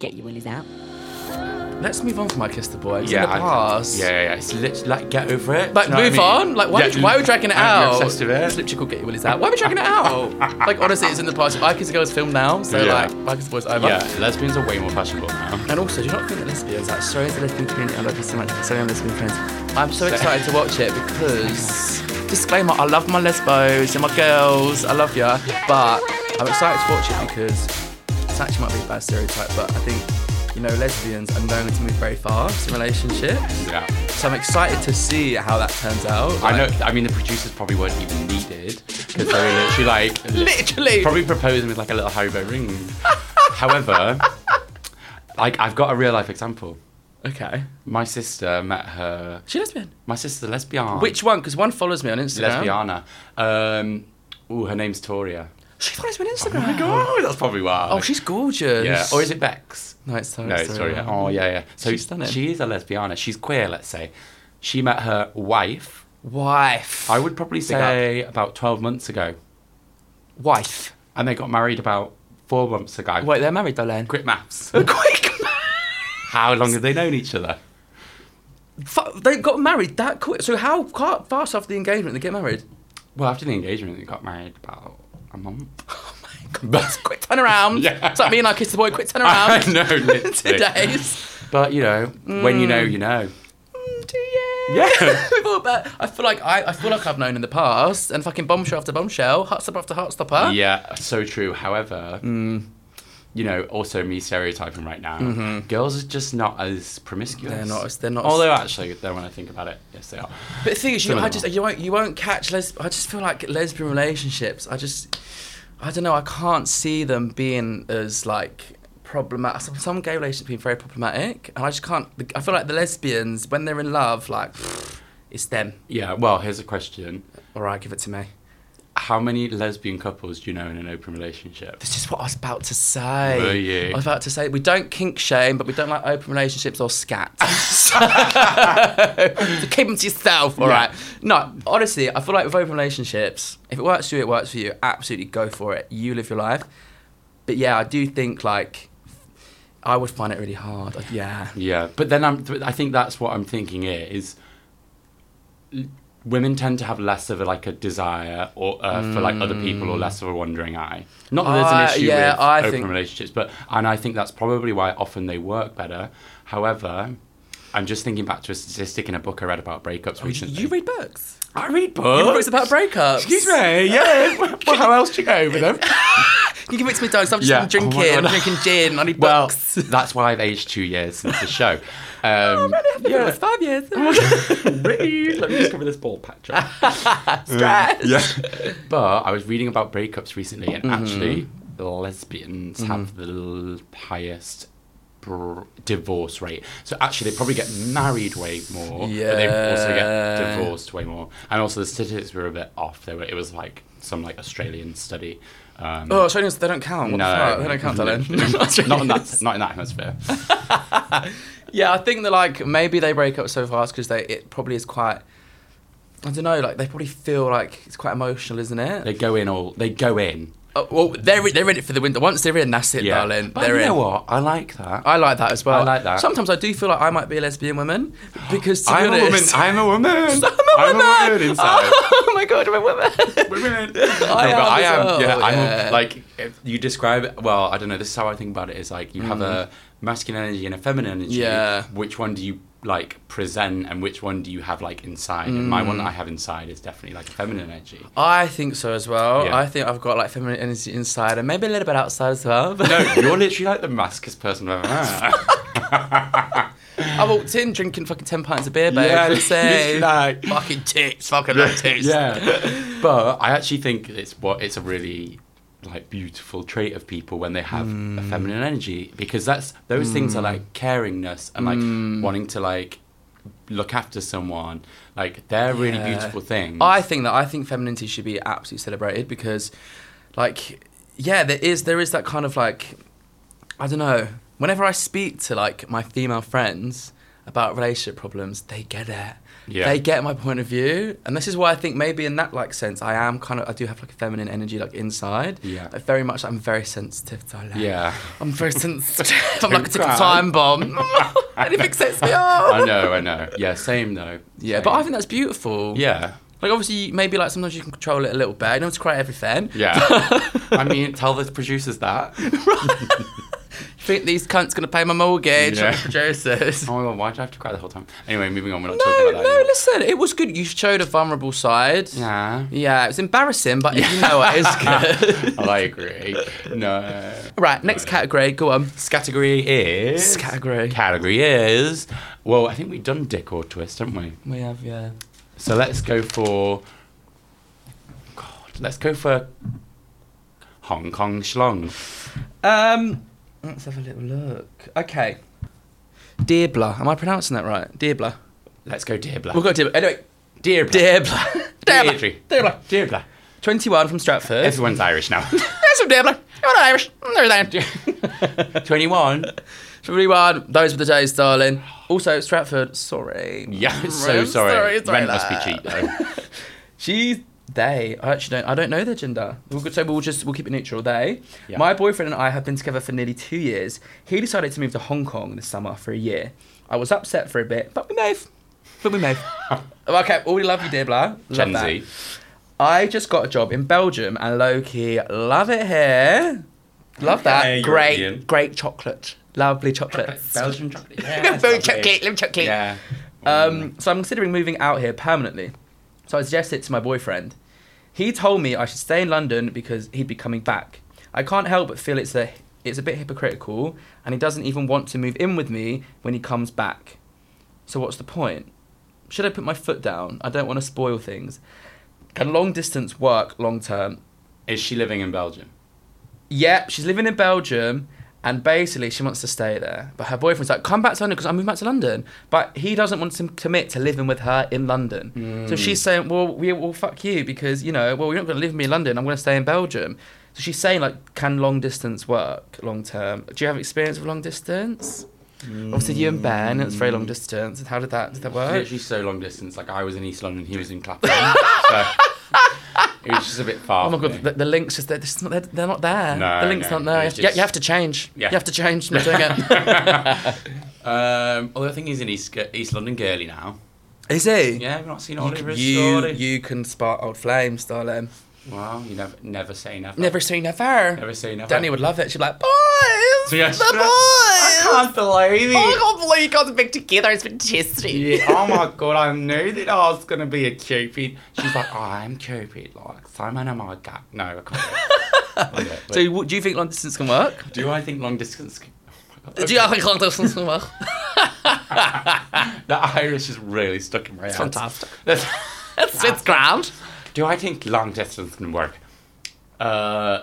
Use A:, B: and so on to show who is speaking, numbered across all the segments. A: Get your willies out.
B: Let's move on from I Kissed the Boy. It's in the
C: I-
B: past.
C: yeah, yeah, yeah. It's lit, like get over it.
B: Like,
C: Do you know what
B: move
C: I mean?
B: on. Like, why,
C: Yeah,
B: would- why are we dragging it
C: I'm
B: out? Oh.
C: Obsessed with
B: It's
C: it.
B: literally called Get Your Willies Out. Why are we dragging it out? like, honestly, it's in the past. I Kiss the Girl's film now, so,
C: Yeah.
B: like, I Kiss the Boy's over.
C: Yeah, lesbians are way more fashionable now.
B: And also, do you not think that lesbians, like, sorry to the lesbian community, I love you so much, sorry I'm lesbian friends. I'm so excited to watch it because, disclaimer, I love my lesbos and my girls, I love ya, but I'm excited to watch it because it's actually might be a bad stereotype, but I think, you know, lesbians are known to move very fast in relationships.
C: Yeah.
B: So I'm excited to see how that turns out.
C: I know.
B: Like,
C: I mean, the producers probably weren't even needed because they were literally like
B: Literally.
C: probably proposing with like a little hobo ring. However, like I've got a real life example.
B: Okay.
C: My sister met her.
B: She lesbian.
C: My sister's a lesbian.
B: Which one? Because one follows me on Instagram.
C: lesbiana? Um, ooh, her name's Toria.
B: She follows me on Instagram.
C: Oh my god, that's probably why.
B: Oh, she's gorgeous.
C: yeah. Or is it Bex?
B: No, it's Toria.
C: No, it's Toria. Oh yeah, yeah. So
B: She's stunning.
C: she is a lesbiana. She's queer, let's say. She met her wife.
B: Wife.
C: I would probably
B: up.
C: say about twelve months ago.
B: Wife.
C: and they got married about four months ago.
B: Wait, they're married though, Len.
C: quick maths.
B: Quick.
C: How long have they known each other?
B: Fu- they got married that quick. So how ca- fast after the engagement they get married?
C: Well, after the engagement, they got married about a month.
B: Oh my god. That's a quick turnaround.
C: Yeah.
B: It's like me and I kissed the boy. Quick
C: I
B: turnaround.
C: know, literally.
B: Two days.
C: But you know, when you know, you know.
B: Mm, Two years.
C: Yeah.
B: We've all been- I feel like I, I feel like I've known in the past, and fucking bombshell after bombshell, heart stopper after heart stopper.
C: Yeah, so true. However,
B: Mm.
C: you know, also me stereotyping right now. Girls are just not as promiscuous.
B: Mm-hmm. They're not as- they're not as-
C: Although actually, then when I think about it, yes, they are.
B: But the thing is, you,
C: Some of
B: I
C: them
B: just
C: are.
B: you won't you won't catch les. I just feel like lesbian relationships. I just I don't know. I can't see them being as like problematic. Some, some gay relationships being very problematic, and I just can't. I feel like the lesbians when they're in love, like it's them.
C: Yeah. Well, here's a question:
B: All right, give it to me.
C: How many lesbian couples do you know in an open relationship?
B: This is what I was about to say.
C: Were you?
B: I was about to say we don't kink shame, but we don't like open relationships or scat. so, so keep them to yourself, all
C: Yeah.
B: right? No, honestly, I feel like with open relationships, if it works for you, it works for you. Absolutely go for it. You live your life. But yeah, I do think like I would find it really hard. Like, yeah.
C: Yeah, but then I'm. th- I think that's what I'm thinking here is. l- Women tend to have less of a, like a desire or uh, for like other people or less of a wandering eye. Not that there's
B: I-
C: an issue
B: yeah,
C: with
B: I
C: open
B: think-
C: relationships, but and I think that's probably why often they work better. However, I'm just thinking back to a statistic in a book I read about breakups recently.
B: Oh, You read books.
C: I read
B: You
C: books.
B: read books about breakups.
C: Oh. Excuse me. Yeah. well, how else do you go over them?
B: You give it to me, dogs. I'm just
C: Yeah.
B: I'm drinking.
C: Oh my
B: I'm
C: God.
B: drinking gin. I need
C: Well,
B: books. Oh,
C: that's why I've aged two years since the show. Um,
B: yeah. It was five years.
C: Really? Let me just cover this ball patch up. yeah. But I was reading about breakups recently, and
B: Mm-hmm.
C: actually, lesbians have the l- highest br- divorce rate. So actually, they probably get married way more, but they also
B: Yeah.
C: get divorced way more. And also, the statistics were a bit off. They were, it was like some like Australian study. Um,
B: Oh, Australians, they don't count. What the
C: no,
B: fuck? They don't count,
C: not,
B: darling.
C: not in that, not in that hemisphere.
B: Yeah, I think that, like, maybe they break up so fast because they it probably is quite, I don't know, like, they probably feel like it's quite emotional, isn't it?
C: They go in all. They go in.
B: oh, well, they're, they're in it for the winter. Once they're in, that's it, darling.
C: But
B: they're
C: you
B: in.
C: know what? I like that.
B: I like that as well.
C: I like that.
B: Sometimes I do feel like I might be a lesbian woman because, to be
C: I'm a woman.
B: honest,
C: I'm a woman. I'm a
B: I'm
C: I'm a
B: woman.
C: woman inside.
B: Oh my god, I'm a woman.
C: Women.
B: I am
C: I
B: as
C: am.
B: well,
C: Yeah,
B: yeah.
C: I'm like if you describe. it- Well, I don't know. This is how I think about it. Is like you have a masculine energy and a feminine energy.
B: Mm-hmm. Yeah.
C: Which one do you like present, and which one do you have like inside? And my one that I
B: Mm.
C: have inside is definitely like a feminine energy.
B: I think so as well.
C: Yeah.
B: I think I've got like feminine energy inside and maybe a little bit outside as well. But
C: No, you're literally like the maskest person I've ever met.
B: I walked in drinking fucking 10 pints of beer, babe.
C: Yeah,
B: Yeah, say,
C: literally, like-
B: fucking tits, fucking love tits.
C: yeah. But I actually think it's what it's a really like beautiful trait of people when they have a
B: Mm.
C: feminine energy because that's those things are like caringness and like
B: Mm.
C: wanting to like look after someone like they're really
B: Yeah.
C: beautiful things
B: uh, I think that I think femininity should be absolutely celebrated because, like, yeah, there is there is that kind of like, I don't know. Whenever I speak to like my female friends about relationship problems, they get it.
C: Yeah.
B: They get my point of view, and this is why I think maybe in that like sense, I am kind of I do have like a feminine energy like inside.
C: Yeah.
B: Like, very much, I'm very sensitive to. Like,
C: yeah
B: I'm very sensitive. I'm like a ticking
C: cry.
B: time bomb. Anything sets me off.
C: I know I know yeah same though
B: Yeah,
C: Same.
B: but I think that's beautiful.
C: yeah
B: Like obviously, maybe like sometimes you can control it a little bit. You don't have to cry everything.
C: yeah I mean tell the producers that
B: Think these cunts gonna pay my mortgage?
C: Yeah.
B: Yeah. Producers.
C: oh my god why do I have to cry the whole time anyway moving on we're not
B: no,
C: talking about that
B: no.
C: anymore.
B: Listen, it was good. You showed a vulnerable side.
C: yeah
B: Yeah, it was embarrassing, but you know what? It's good.
C: Oh, I agree no
B: right, next category. Go on.
C: category is
B: This category.
C: category is well I think we've done dick or twist haven't we
B: We have yeah.
C: So let's go for. God, let's go for. Hong Kong schlong.
B: Um, let's have a little look. Okay. Deerbler. Am I pronouncing that right? Deerbler.
C: Let's go Deirbla.
B: We've got Deerbler. Anyway,
C: Deirbla.
B: Deerbler. Deerbler.
C: Deirdre.
B: Deerbler.
C: Deirbla.
B: Twenty-one from Stratford.
C: Everyone's Irish now.
B: That's from Deerbler. You're not Irish. There's Irish.
C: 21.
B: Everyone, those were the days, darling. Also, Stratford, sorry.
C: Yeah, so sorry.
B: I'm
C: Rent must be
B: lad.
C: cheap though.
B: She's they. I actually don't. I don't know their gender. We'll, go- so we'll just we'll keep it neutral. They.
C: Yeah.
B: My boyfriend and I have been together for nearly two years. He decided to move to Hong Kong this summer for a year. I was upset for a bit, but we move. But we move. okay, all we love you, dear blah. Love
C: Gen
B: that.
C: Z.
B: I just got a job in Belgium and low key love it here. Love
C: Okay,
B: that.
C: you're
B: Great,
C: Indian.
B: great chocolate. Lovely chocolate.
C: Belgian chocolate.
B: Lovely chocolate. Lovely chocolate.
C: Yeah.
B: Um, so I'm considering moving out here permanently. So I suggested it to my boyfriend. He told me I should stay in London because he'd be coming back. I can't help but feel it's a it's a bit hypocritical, and he doesn't even want to move in with me when he comes back. So what's the point? Should I put my foot down? I don't want to spoil things. Can long distance work long term?
C: Is she living in Belgium?
B: Yep, she's living in Belgium, and basically she wants to stay there. But her boyfriend's like, "Come back to London because I'm moving back to London." But he doesn't want to commit to living with her in London.
C: Hmm.
B: So she's saying, "Well, we will fuck you because you know, well, you're not going to live with me in London. I'm going to stay in Belgium." So she's saying, like, can long distance work long term? Do you have experience with long distance? Obviously, you and Ben, it's very long distance. And how did that did that work?
C: Hmm. Literally so long distance. Like I was in East London, he was in Clapham. so it was just a bit far.
B: Oh my
C: for
B: god,
C: me.
B: the, the links just they're, just not, they're, they're not there.
C: No,
B: the links
C: no,
B: aren't there. You
C: it's
B: have, yeah,
C: just-
B: you have to change.
C: Yeah.
B: You have to change. Not doing it.
C: Um, although I think he's in East, East London girly now.
B: Is he?
C: Yeah, I've not seen
B: You,
C: Oliver's
B: you,
C: story.
B: you can spark old flames, darling.
C: Wow, you never, never say never.
B: Never say never.
C: Never say never.
B: Danny would love it. She'd be like, boys,
C: So yeah,
B: the boys.
C: she's like, I can't believe it.
B: Oh, I can't believe you guys back together. It's fantastic.
C: Yeah, oh my god, I knew that I was gonna be a cupid. She's like, I am cupid, like Simon and my gut. No, I can't. do it.
B: So, what, do you think long distance can work?
C: But do I think long distance? c- Oh my god.
B: Do you think long distance can work?
C: The Irish is really stuck in my head.
B: Fantastic. It's, it's grand.
C: do I think long distance can work? Uh,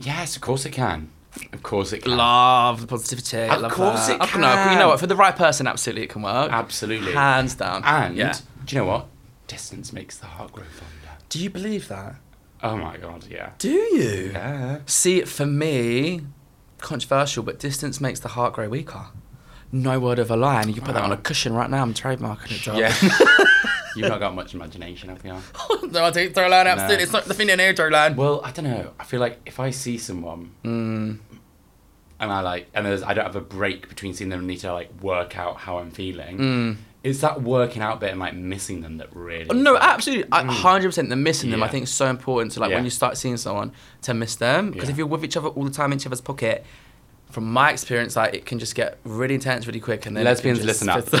C: yes, of course it can. Of course it can.
B: Love the positivity. Of love
C: course
B: that.
C: it
B: I don't know, but you
C: can.
B: know what? For the right person, absolutely it can work.
C: Absolutely.
B: Hands down.
C: And
B: yeah.
C: do you know what? Distance makes the heart grow fonder.
B: do you believe that?
C: Oh my god, yeah.
B: Do you?
C: Yeah.
B: See, for me, controversial, but distance makes the heart grow weaker. No word of a lie, and you can put that on a cushion right now. I'm trademarking it, John.
C: Yeah. You've not got much imagination, have you?
B: no, I don't throw line out.
C: absolutely. It's
B: not the thing in here, throw line.
C: Well, I don't know. I feel like if I see someone,
B: Mm.
C: and I like, and there's, I don't have a break between seeing them and need to like work out how I'm feeling. It's that working out bit and like missing them that really.
B: Mm.
C: Mm.
B: No, absolutely, I- 100%. The missing them, I
C: Yeah.
B: think, is so important to like
C: Yeah.
B: when you start seeing someone to miss them because
C: Yeah.
B: if you're with each other all the time in each other's pocket. From my experience, like it can just get really intense really quick, and then it can
C: Lesbians,
B: just-
C: listen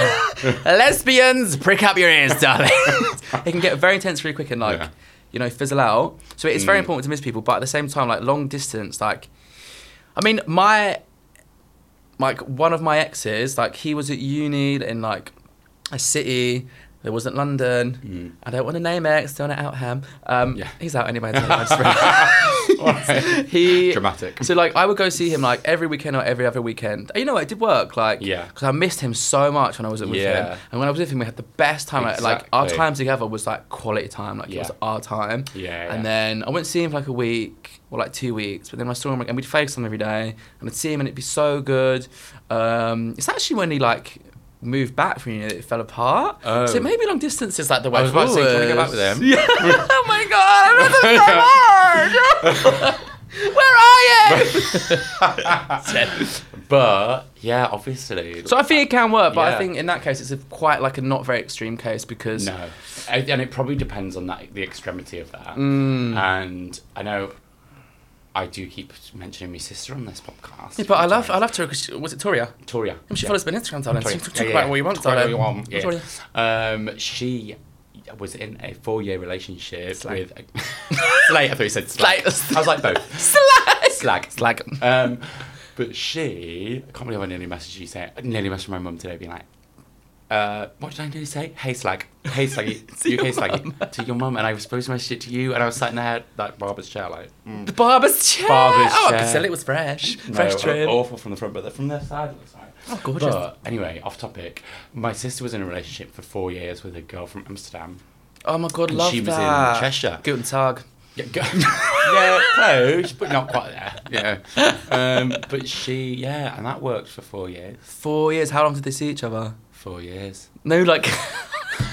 C: up.
B: Lesbians, prick up your ears, darling. it can get very intense really quick and like,
C: Yeah. Mm.
B: you know, fizzle out. So it's very important to miss people, but at the same time, like long distance, like, I mean, my, like one of my exes, like he was at uni in like a city. that wasn't London. I don't want to name ex. Don't want to out him. Um,
C: Yeah.
B: He's out anyway. I tell you, I just-
C: Alright.
B: He
C: Dramatic.
B: So like I would go see him like every weekend or every other weekend. And You know what? It did work. Like
C: Yeah.
B: because I missed him so much when I wasn't with
C: Yeah.
B: him. And when I was with him, we had the best time. Like- Like our
C: Exactly.
B: time together was like quality time. Like it
C: Yeah.
B: was our time.
C: Yeah,
B: And
C: yeah.
B: then I wouldn't see him for like a week or like two weeks, but then I saw him and we'd face him every day. And I'd see him and it'd be so good. Um, it's actually when he like. Moved back from you that it fell apart.
C: Oh.
B: So maybe long distance is like the way
C: I was about to say, do you wanna go back with
B: forward.
C: him?
B: Yeah. oh my god, that's so hard. Where are you?
C: But yeah, obviously.
B: So I think it can work, but I
C: Yeah.
B: think in that case it's a quite like a not very extreme case because
C: No, and and it probably depends on that the extremity of that.
B: Mm.
C: And I know I do keep mentioning my sister on this podcast.
B: Yeah, but I love I love Tori 'cause she- was it Toria?
C: Toria.
B: She follows me on Instagram, darling.
C: Toria.
B: So you can talk
C: Yeah,
B: about
C: yeah.
B: what you want,
C: Talk about
B: darling.
C: what you
B: Toria.
C: want, yeah. Um, she was in a four-year relationship
B: Slag.
C: with. A, Slay, I thought you said slag.
B: Slag.
C: I was like both.
B: Slag.
C: Slag.
B: Slag.
C: Um, but she, I can't believe I nearly messaged you saying, I nearly messaged my mum today being like, uh, what did I nearly say? Hey slag, hey slaggy, to you hey slaggy, to your mum. And I was supposed to message it to you, and I was sitting there like Barbara's chair, like mm.
B: The barber's chair.
C: Barber's
B: oh, I
C: chair.
B: could tell it was fresh.
C: no, oh,
B: fresh trim.
C: awful from the front, but the- from the side it looks alright.
B: Oh, gorgeous.
C: But anyway, off topic. My sister was in a relationship for four years with a girl from Amsterdam.
B: Oh my god,
C: And
B: love
C: she was in
B: that.
C: Cheshire.
B: Guten Tag.
C: Yeah, go- yeah, Uh, close, but not quite there. Yeah, um, but she, yeah, and that worked for four years.
B: Four years. How long did they see each other?
C: Four years.
B: No, like.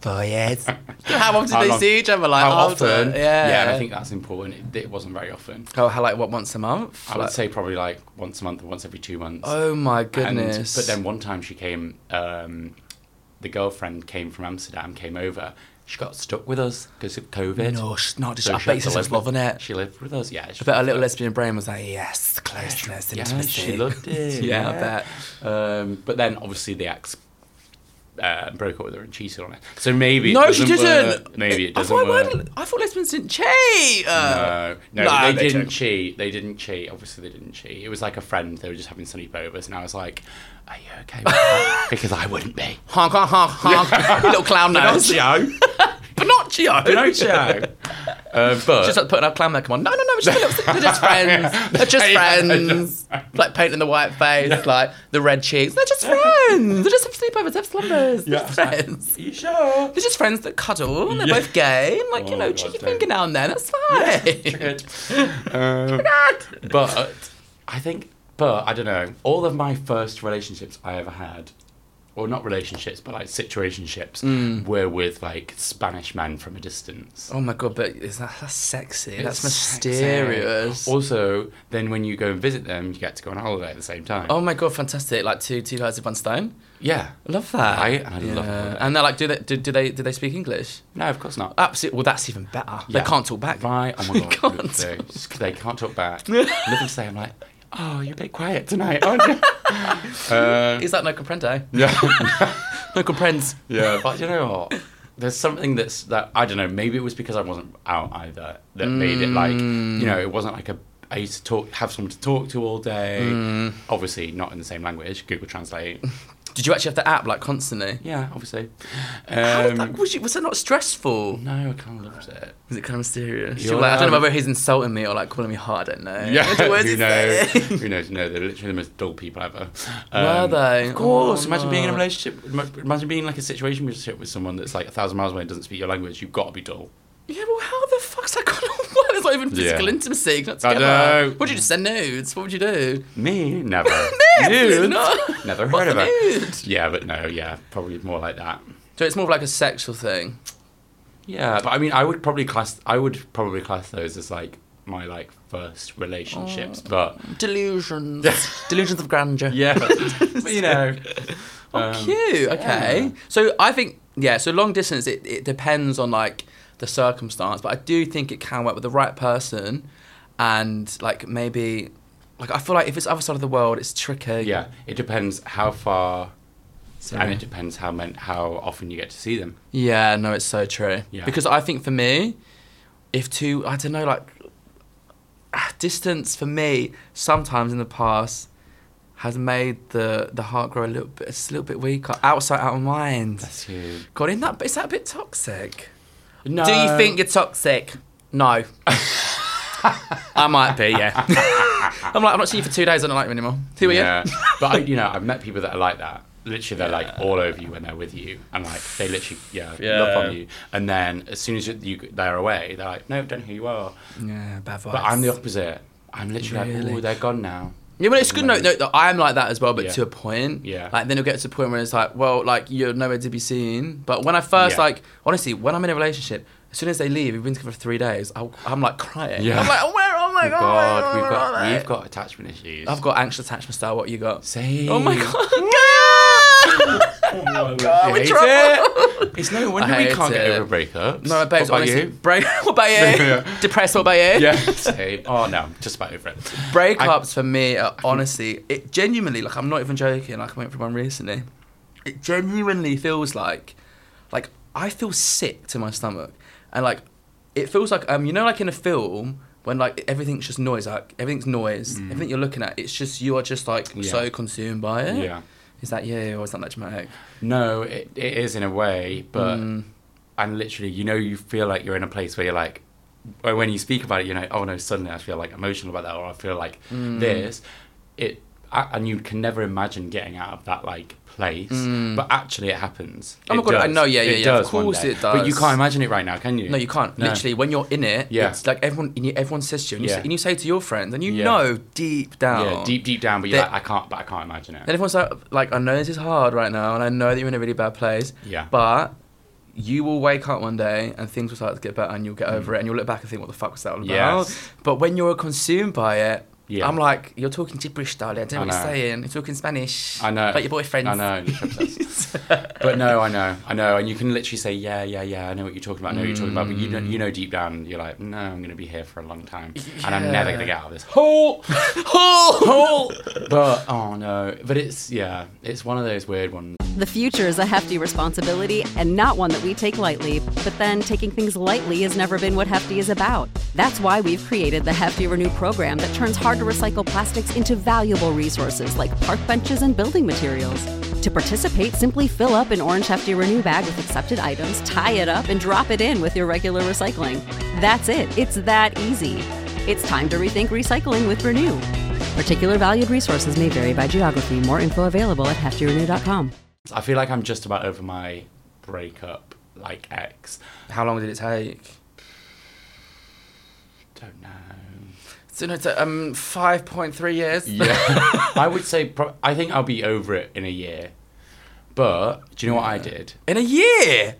B: Four years. How often did
C: How
B: they
C: long-
B: see each other? Like
C: how
B: after?
C: often?
B: Yeah.
C: yeah, and I think that's important. It, it wasn't very often.
B: Oh, how like what once a month?
C: I
B: Like-
C: would say probably like once a month or once every two months.
B: Oh my
C: And-
B: goodness.
C: but then one time she came, um, the girlfriend came from Amsterdam, came over. She got stuck with us because of COVID.
B: No, she's not.
C: So
B: I
C: she
B: bet
C: had
B: she was
C: to live with-
B: loving it.
C: She lived with us, yeah. she
B: I bet her
C: lived
B: little
C: with us.
B: lesbian brain was like, yes, closeness,
C: Yeah,
B: intimacy.
C: she loved it.
B: yeah, I bet.
C: Um, but then obviously the ex uh, broke up with her and cheated on her. So maybe it
B: no, she
C: doesn't
B: didn't.
C: work. Maybe it
B: I
C: doesn't
B: thought I
C: work.
B: would- I thought lesbians didn't cheat. Uh,
C: No, Uh, no,
B: Nah,
C: they,
B: they
C: didn't
B: don't.
C: cheat. They didn't cheat. Obviously, they didn't cheat. It was like a friend. They were just having sleepovers, and I was like, "Are you okay?" With that? because I wouldn't be.
B: Honk, honk, honk, honk. little clown nose. Pinocchio.
C: Pinocchio, Pinocchio. Uh, but
B: Just like putting our clown makeup on. No, no, no. it's Just, they're just friends. They're just friends. Like painting the white face, like the red cheeks. They're just friends. They're just have sleepovers, have slumbers. They're
C: Yeah.
B: just friends.
C: Are you sure?
B: They're just friends that cuddle and they're
C: Yeah.
B: both gay and like, you
C: Oh,
B: know,
C: God,
B: cheeky
C: don't.
B: finger now and then, that's fine.
C: Triggered. Um, but I think, but I don't know. All of my first relationships I ever had, or not relationships, but like situationships, were with like Spanish men from a distance.
B: oh my god, but is that that's sexy. that's
C: It's sexy. Oh.
B: mysterious.
C: Also, then when you go and visit them, you get to go on holiday at the same time.
B: Oh my god, fantastic. Like two two guys of one stone.
C: yeah.
B: I love that.
C: Right? I love that.
B: And they're like, do they do, do they do they speak English?
C: No, of course not.
B: Absolutely well that's even better.
C: Yeah.
B: They can't talk back.
C: Right? Oh my god.
B: can't
C: they, they can't talk back. Nothing say. I'm like, oh, you're a bit quiet tonight, aren't you? uh,
B: Is that no comprendo?
C: yeah.
B: No comprends.
C: Yeah, but you know what? There's something that's that I don't know. Maybe it was because I wasn't out either that made it like you know it wasn't like a I used to talk have someone to talk to all day.
B: Mm.
C: Obviously not in the same language. Google Translate.
B: Did you actually have the app like constantly?
C: yeah, obviously.
B: How did
C: Um,
B: that, was, you, was that not stressful?
C: no, I kind of loved it.
B: Was it kind of mysterious?
C: You're
B: You're like, I don't know
C: allowed-
B: whether he's insulting me or like calling me hard. I don't know.
C: Yeah,
B: What was
C: who
B: he
C: knows?
B: saying?
C: who knows? No, they're literally the most dull people ever. Um,
B: Were they?
C: Of course.
B: Oh,
C: imagine being in a
B: no.
C: relationship. Imagine being in, like a situation relationship with someone that's like a thousand miles away and doesn't speak your language. You've got to be dull.
B: Yeah, well, how the fuck's that gonna work? There's not even physical
C: Yeah.
B: intimacy. you're Not
C: I
B: together.
C: know.
B: Would you just send nudes? What would you do?
C: Me? Never.
B: Absolutely
C: Nudes?
B: not.
C: Never heard
B: What's
C: of
B: a
C: it.
B: nude?
C: Yeah, but no, yeah, probably more like that.
B: So it's more of like a sexual thing.
C: Yeah, but I mean, I would probably class, I would probably class those as like my like first relationships, but
B: Delusions. Delusions of grandeur.
C: Oh. yeah, but, you know, um,
B: Oh, cute. Okay.
C: yeah.
B: So I think yeah. So long distance, it, it depends on like the circumstance, but I do think it can work with the right person, and like maybe, like I feel like if it's other side of the world, it's tricky.
C: yeah, it depends how far,
B: So-
C: and it depends how men, how often you get to see them.
B: Yeah, no, it's so true.
C: Yeah.
B: Because I think for me, if two, I don't know, like ah, distance for me sometimes in the past has made the the heart grow a little bit, it's a little bit weaker. Outside, out of mind.
C: That's you.
B: God, in that is that a bit toxic?
C: No.
B: Do you think you're toxic? No. I might be, yeah. I'm like, I'm not seeing you for two days. I don't like you anymore. Who are
C: yeah.
B: you?
C: but I, you know, I've met people that are like that. Literally, they're like all over you when they're with you, and like they literally, yeah,
B: Yeah.
C: love on you. And then as soon as you, you they're away, they're like, no, don't know who you are.
B: Yeah, bad vibes.
C: But I'm the opposite. I'm literally like,
B: Really?
C: oh, they're gone now.
B: Yeah, but it's good note, note that I am like that as well, but
C: Yeah.
B: to a point.
C: Yeah.
B: Like then it'll get to a point where it's like, well, like you're nowhere to be seen. But when I first
C: Yeah.
B: like, honestly, when I'm in a relationship, as soon as they leave, we've been together for three days. I, I'm like crying.
C: Yeah.
B: I'm like, oh, where? Oh my god,
C: God,
B: where
C: we've
B: are
C: got
B: they?
C: we've got attachment issues.
B: I've got anxious attachment style. What you got?
C: Same.
B: Oh my god.
C: Oh,
B: God, we're trouble.
C: It's no wonder
B: I
C: we
B: hate
C: can't get
B: it.
C: over breakups.
B: no,
C: what
B: babes,
C: about
B: honestly,
C: you?
B: Break, what about you?
C: Yeah.
B: Depressed? What about you?
C: Yeah, same. Oh no, I'm just about over it.
B: Breakups for me are honestly, it genuinely, like I'm not even joking, like I went through one recently. It genuinely feels like, like I feel sick to my stomach. And like, it feels like, um, you know, like in a film when like everything's just noise, like everything's noise, everything you're looking at, it's just, you are just like
C: Mm-hmm. Yeah.
B: so consumed by it.
C: Yeah.
B: Is that you or is that that dramatic?
C: No, it, it is in a way, but
B: Mm.
C: I'm literally, you know, you feel like you're in a place where you're like, or when you speak about it, you're like, oh no, suddenly I feel like emotional about that, or I feel like
B: Mm.
C: this. It a- and you can never imagine getting out of that like place, but actually it happens.
B: Mm. Oh my
C: It
B: God, I
C: does.
B: know, yeah, yeah,
C: It
B: yeah, of
C: does one
B: course
C: day.
B: it
C: But you
B: does.
C: can't imagine it right now, can you?
B: No, you can't.
C: No.
B: Literally, when you're in it,
C: Yeah.
B: it's like everyone, and you- everyone says to you, and you,
C: Yeah.
B: say, and you say to your friends, and you
C: Yeah.
B: know deep down,
C: Yeah, deep, deep down, but you're
B: That-
C: like, I can't, but I can't imagine it.
B: Then everyone's like, like, I know this is hard right now, and I know that you're in a really bad place.
C: Yeah.
B: But you will wake up one day, and things will start to get better, and you'll get over it, and you'll look back and think, what the fuck was that all about?
C: Mm. Yes.
B: But when you're consumed by it,
C: Yeah.
B: I'm like, you're talking gibberish, darling. I don't know
C: I
B: what you're
C: know.
B: saying. You're talking Spanish.
C: I know.
B: But your boyfriend.
C: I know. literally obsessed. but no, I know. I know. And you can literally say, yeah, yeah, yeah, I know what you're talking about. I know what you're talking about. But you know, you know deep down, you're like, no, I'm going to be here for a long time. And I'm never
B: Yeah.
C: going to get out of this hole. hole. But, oh no. But it's, yeah, it's one of those weird ones.
A: The future is a hefty responsibility and not one that we take lightly, but then taking things lightly has never been what Hefty is about. That's why we've created the Hefty Renew program that turns hard to recycle plastics into valuable resources like park benches and building materials. To participate, simply fill up an orange Hefty Renew bag with accepted items, tie it up, and drop it in with your regular recycling. That's it, it's that easy. It's time to rethink recycling with Renew. Particular valued resources may vary by geography. More info available at heftyrenew.com.
C: I feel like I'm just about over my breakup, like, ex.
B: How long did it take?
C: Don't know.
B: So, no, it took, um, 5.3 years.
C: Yeah. I would say, pro- I think I'll be over it in a year. But do you know what I did?
B: In a year?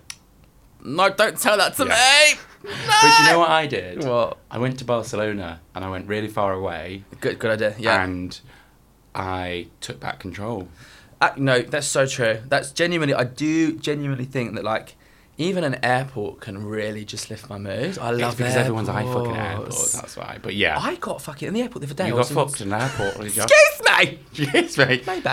B: No, don't tell that to
C: Yeah.
B: me.
C: But you know what I did?
B: What?
C: I went to Barcelona and I went really far away
B: Good, good idea. Yeah.
C: and I took back control.
B: Uh, no, that's so true. That's genuinely, I do genuinely think that like even an airport can really just lift my mood. I love
C: it's because everyone's eye fucking at airports,
B: airports.
C: that's why. But yeah.
B: I got fucking in the airport the other day. I
C: you got
B: was in-
C: fucked in an airport. did you?
B: Excuse me.
C: Yes, mate.
B: Maybe.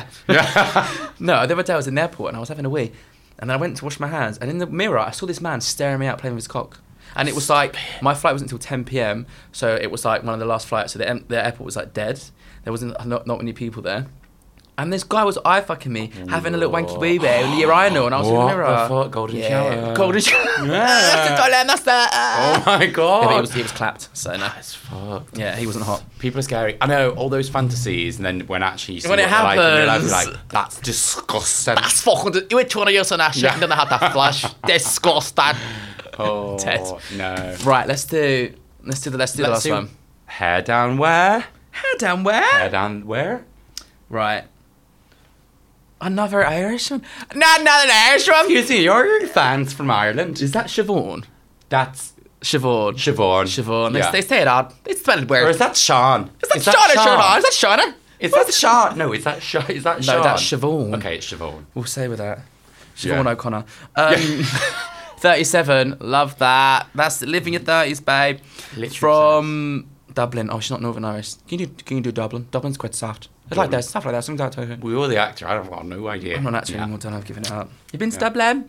B: no, the other day I was in the airport and I was having a wee, and then I went to wash my hands, and in the mirror I saw this man staring me out playing with his cock. And it was like my flight wasn't until 10 p.m., so it was like one of the last flights. So the, em- the airport was like dead. There wasn't uh, not, not many people there. And this guy was eye fucking me, having a little wanky wee bit in the urinal, and I was in
C: What
B: the
C: the
B: mirror.
C: fuck? Golden shower.
B: Golden shower. That's the toilet, that's the-
C: Oh my god.
B: Yeah, but he was he was clapped, so no.
C: That's fucked.
B: Yeah, he wasn't hot.
C: People are scary. I know all those fantasies, and then when actually you see
B: When it
C: what they're like, in real life, you're
B: happens.
C: like, that's disgusting.
B: That's fucking. You were 20 years on that shit, and then I had that flash. Disgusting.
C: oh,
B: Ted.
C: no.
B: Right, let's do let's do the let's do
C: Let's
B: the
C: do
B: last one.
C: Hair down where?
B: Hair down where?
C: Hair down where?
B: Right. Another Irish one? Not another Irish one.
C: Excuse me, you're fans from Ireland.
B: Is that Siobhan?
C: That's
B: Siobhan.
C: Siobhan.
B: Siobhan. They,
C: Yeah.
B: they say it odd. They spell it
C: Or
B: weird.
C: is that Sean?
B: Is that Shauna? Shauna? Is that Shauna?
C: Is that Sean? No, is that Sean? Is that
B: No,
C: Sean?
B: that's Siobhan.
C: Okay, it's Siobhan.
B: We'll say with that.
C: Yeah.
B: Siobhan O'Connor. Um, 37. Love that. That's living your 30s, babe.
C: Literally
B: From Dublin. Oh, she's not Northern Irish. Can you do, can you do Dublin? Dublin's quite soft. It's like
C: Dublin.
B: that. Stuff like that. Something like that.
C: We were the actor. I don't got no idea.
B: I'm not actually
C: Yeah.
B: anymore done. I've given it up. You've been to Dublin?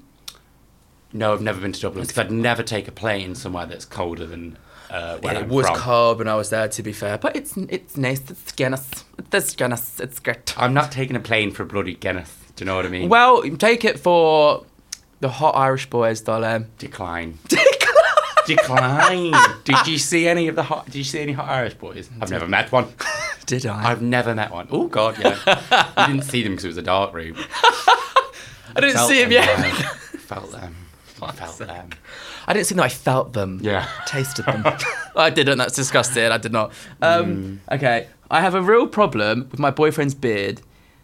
C: No, I've never been to Dublin because I'd never take a plane somewhere that's colder than uh, where
B: it
C: I'm
B: was
C: from.
B: cold when I was there, to be fair. But it's it's nice. It's Guinness. It's Guinness. It's great.
C: I'm not taking a plane for bloody Guinness. Do you know what I mean?
B: Well, take it for the hot Irish boys, darling.
C: decline. decline. Did you see any of the hot? Did you see any hot Irish boys? I've never met one.
B: Did I?
C: I've never met one. Oh God, yeah. I didn't see them because it was a dark room.
B: I didn't
C: Felt
B: see him
C: them,
B: yet.
C: though. Felt them. I felt them.
B: I didn't see them. I felt them.
C: Yeah.
B: Tasted them. I didn't. That's disgusting. I did not. Um, Okay. I have a real problem with my boyfriend's beard.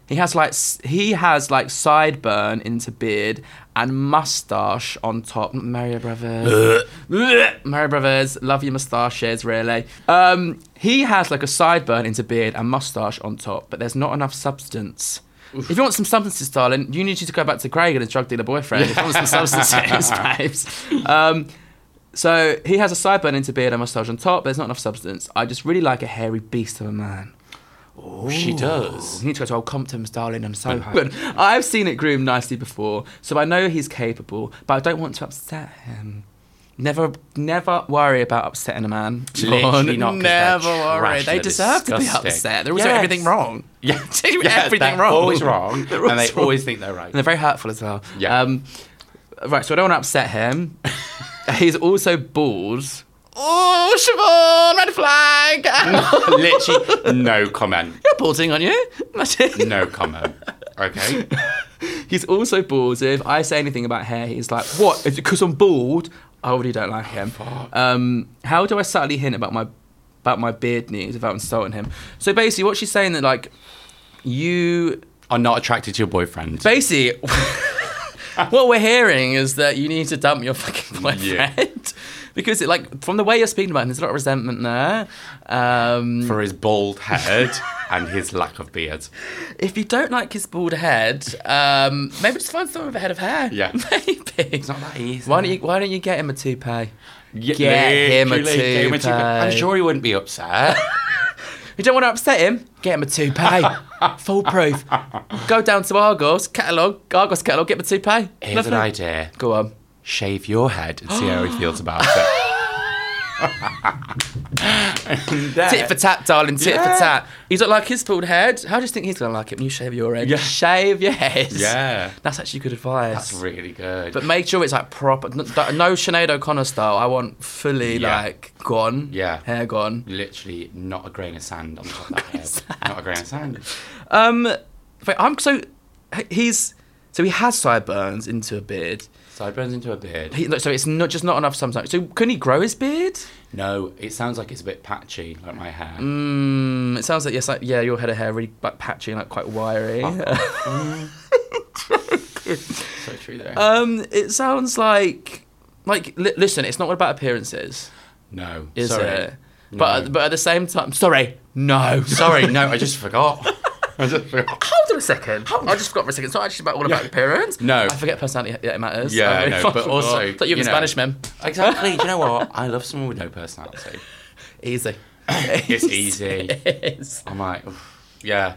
B: He has like s- he has like sideburn into beard and mustache on top. Mario Brothers. Mario Brothers, love your mustaches, really. Um, he has like a sideburn into beard and mustache on top, but there's not enough substance. If you want some substances, darling, you need to go back to Craig and his drug dealer boyfriend. If you want some substances, babes. Um, so he has a sideburn into beard and mustache on top, but there's not enough substance. I just really like a hairy beast of a man.
C: She does.
B: You need to go to Old Compton's, darling, and Soho. But I've seen it groom nicely before, so I know he's capable, but I don't want to upset him. Never, never worry about upsetting a man.
C: Literally not, 'cause they're
B: Never worry.
C: trash,
B: They
C: they're
B: deserve to be
C: disgusting.
B: upset. They're always doing
C: Yes.
B: everything wrong.
C: Yeah,
B: They do everything
C: they're
B: wrong.
C: Always wrong,
B: They're
C: and they
B: always wrong.
C: always think they're right.
B: And they're very hurtful as well.
C: Yeah.
B: Um, right, so I don't want to upset him. He's also bald. Oh, Siobhan, red flag.
C: Literally, no comment.
B: You're balding, aren't you? Imagine.
C: No comment. Okay.
B: He's also bald. If I say anything about hair, he's like, what? Because I'm bald, I already don't like him. um, how do I subtly hint about my about my beard needs without insulting him? So basically, what she's saying that like you
C: Are not attracted to your boyfriend.
B: basically what we're hearing is that you need to dump your fucking boyfriend because it like from the way you're speaking about him there's a lot of resentment there um,
C: for his bald head and his lack of beard.
B: if you don't like his bald head um, maybe just find someone with a head of hair
C: Yeah.
B: maybe it's
C: not that easy.
B: why don't you why don't you get him a toupee
C: Ye-
B: Get him a
C: literally, get him I'm
B: toupee.
C: sure he wouldn't be upset.
B: you don't want to upset him get him a toupee foolproof go down to Argos catalogue Argos catalogue get him a toupee
C: Here's
B: Lovely.
C: an idea:
B: go on
C: shave your head and see how he feels about it. And then-
B: Tit for tat, darling, tit
C: Yeah.
B: for tat. He's not like his bald head. How do you think he's gonna like it when you shave your head?
C: Yeah.
B: Shave your head.
C: Yeah.
B: That's actually good advice.
C: That's really good.
B: but make sure it's like proper, no, no Sinead O'Connor style. I want fully
C: Yeah.
B: like gone,
C: Yeah.
B: hair gone.
C: literally, not a grain of sand on top of that head. Not a grain of sand.
B: Um, but I'm so he's so he has sideburns into a beard.
C: Sideburns into a beard.
B: He, so it's not just not enough sometimes. So can he grow his beard?
C: No, it sounds like it's a bit patchy, like my hair.
B: Mm, it sounds like yes, like yeah, your head of hair really like patchy and like quite wiry.
C: So true though.
B: Um, it sounds like like li- listen, it's not about appearances,
C: no,
B: is
C: sorry.
B: it? But
C: No.
B: but at the same time, sorry, no,
C: Sorry, no, I just forgot. I just forgot.
B: Hold on a second. I just forgot for a second. It's not actually about all about appearance.
C: No.
B: I forget personality. Yeah, it matters. Uh,
C: Yeah,
B: I really
C: no,
B: fucking
C: but also,
B: forgot. it's like you're
C: you
B: a
C: know.
B: Spanish man.
C: Exactly. Do you know what? I love someone with no personality.
B: Easy.
C: It's easy.
B: Yes.
C: I'm like, "Oof, yeah.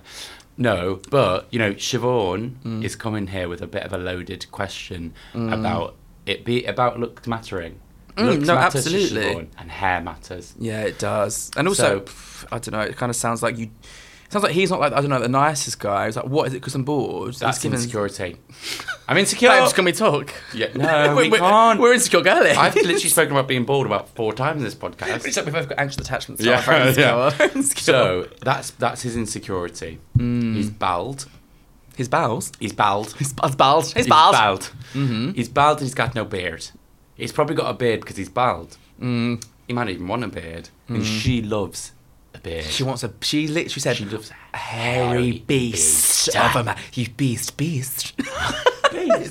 C: No, but you know, Siobhan is coming here with a bit of a loaded question about it be about look mattering. Looks
B: no,
C: matters to
B: absolutely.
C: Siobhan, and hair matters.
B: Yeah, it does. And also,
C: So-
B: pff, I don't know. It kind of sounds like you. it Sounds like he's not like I don't know the nicest guy. He's like, what is it? Because I'm bored.
C: That's
B: he's given-
C: insecurity. I'm insecure.
B: Babes, can we talk?
C: Yeah, no,
B: We're-
C: we
B: we're-
C: can't.
B: We're insecure girly.
C: I've literally spoken about being bald about four times in this podcast.
B: Except we've both got anxious attachments.
C: Yeah,
B: Yeah,
C: yeah.
B: yeah.
C: So that's that's his insecurity.
B: Mm.
C: He's bald.
B: his bowels.
C: He's bald.
B: His bowels. His
C: He's
B: bowels.
C: bald.
B: Mm-hmm.
C: He's bald and he's got no beard. He's probably got a beard because he's bald. Mm. He might not even want a beard. And she loves a beard.
B: Mm. She wants a. She literally said,
C: She loves
B: "A hairy beast,
C: beast."
B: of a man. You beast, beast."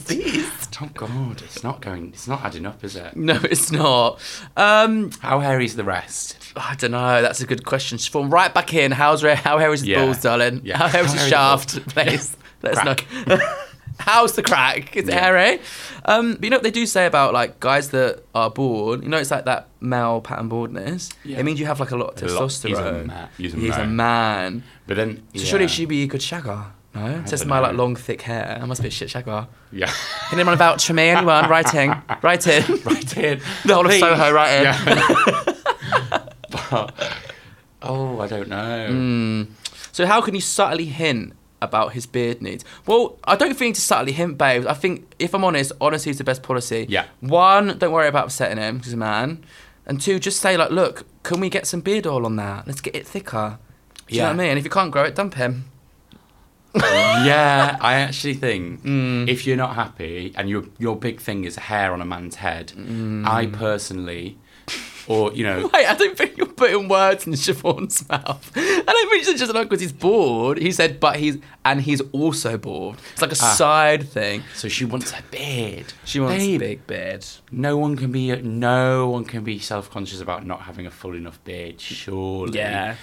C: beast. Oh God, it's not going. It's not adding up, is it?
B: no, it's not. Um,
C: How hairy's the rest?
B: I don't know. That's a good question. She's fallen right back in. How's re- how hairy is his
C: Yeah.
B: balls, darling?
C: Yeah.
B: How hairy is
C: How
B: his
C: hairy
B: shaft? Please, let us know. How's the crack? It's
C: Yeah.
B: hairy. Um, but you know what they do say about like guys that are bored. You know, it's like that male pattern baldness.
C: Yeah.
B: It means you have like a lot of
C: A lot. He's a
B: testosterone.
C: ma- he's a man.
B: man.
C: But then,
B: So
C: yeah.
B: surely she'd be a good shagger. No, it's just
C: don't
B: my like
C: know.
B: long thick hair. I must be a shit shagger.
C: Yeah.
B: Can anyone vouch for me? Anyone? Write in. Write in.
C: right in.
B: The whole of
C: Please.
B: Soho, right in.
C: But- oh, I don't know.
B: Mm. So how can you subtly hint about his beard needs. Well, I don't think you need to subtly hint, babes. I think, if I'm honest, honesty is the best policy.
C: Yeah.
B: One, don't worry about upsetting him, 'cause he's a man. And two, just say, like, look, can we get some beard oil on that? Let's get it thicker. Do you
C: Yeah.
B: know what I mean? If you can't grow it, dump him.
C: yeah, I actually think
B: Mm.
C: if you're not happy and your your big thing is hair on a man's head,
B: Mm.
C: I personally, or you know,
B: Wait, I don't think you're putting words in Siobhan's mouth. I don't think she's just like because he's bored. He said, but he's, and he's also bored. It's like a side thing.
C: so she wants a beard.
B: She wants
C: Babe,
B: big beard.
C: No one can be no one can be self conscious about not having a full enough beard. Surely,
B: Yeah. Mm.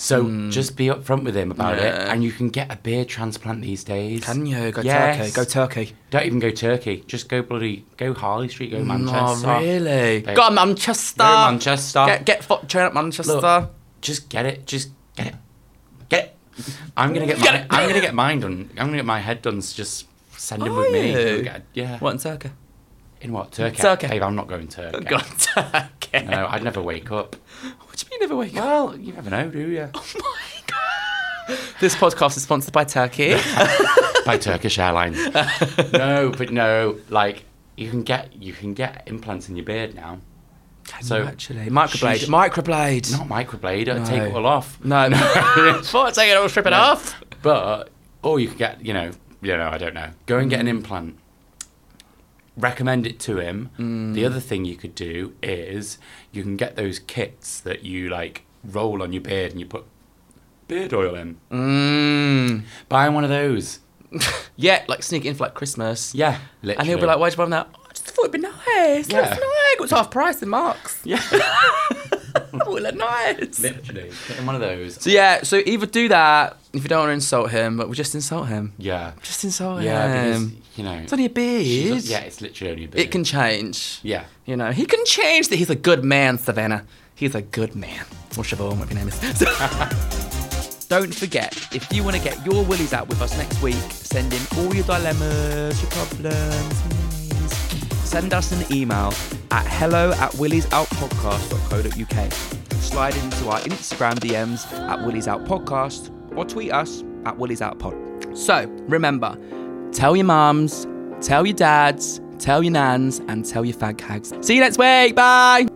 C: So just be upfront with him about it,
B: Yeah.
C: and you can get a beard transplant these days.
B: Can you go
C: Yes.
B: Turkey? Go Turkey.
C: Don't even go Turkey. Just go bloody go Harley Street. Go Manchester.
B: Oh, really?
C: Babe.
B: Go on, Manchester.
C: Go Manchester.
B: Get, get fo- train up Manchester.
C: Look, just get it. Just get it. Get it. I'm gonna get,
B: Get
C: my,
B: it.
C: I'm gonna get mine done. I'm gonna get my head done. So just send him with me.
B: Are
C: We'll
B: you?
C: get- yeah.
B: What in Turkey?
C: In what Turkey?
B: Turkey.
C: Babe, I'm not going Turkey.
B: Go on, Turkey.
C: No, I'd never wake up.
B: What do you mean never wake up?
C: Well, you never know, do you?
B: This podcast is sponsored by Turkey.
C: By Turkish Airlines. no, but no, like you can get you can get implants in your beard now.
B: so
C: So-
B: actually, microblade,
C: Sheesh.
B: microblade.
C: Not microblade. It'll take it all off.
B: No, no. Before I take it, I will strip it off.
C: But or you could get, you know, you know, I don't know. Go and get
B: Mm.
C: an implant. Recommend it to him.
B: Mm.
C: The other thing you could do is you can get those kits that you like roll on your beard and you put beard oil in.
B: Mm.
C: Buy one of those.
B: Yeah, like sneak in for like Christmas.
C: Yeah, literally.
B: And he'll be like, why'd you buy that? Oh, I just thought it'd be nice. Yeah.
C: Yeah.
B: That's nice. It's half price in Marks.
C: Yeah.
B: Oh, it look nice.
C: literally. Get him one of those.
B: So yeah, so either do that if you don't want to insult him, but we just insult him.
C: Yeah.
B: Just insult
C: Yeah,
B: him.
C: because you know,
B: it's only a beard.
C: she's- yeah, it's literally only a beard.
B: It can change.
C: Yeah.
B: You know, he can change that he's a good man, Savannah. He's a good man. Or Siobhan, whatever your name is. Don't forget, if you want to get your willies out with us next week, send in all your dilemmas, your problems, worries. send us an email at hello at williesoutpodcast.co.uk. Slide into our Instagram DMs at williesoutpodcast or tweet us at williesoutpod. So remember, tell your mums, tell your dads, tell your nans, and tell your fag hags. See you next week. Bye.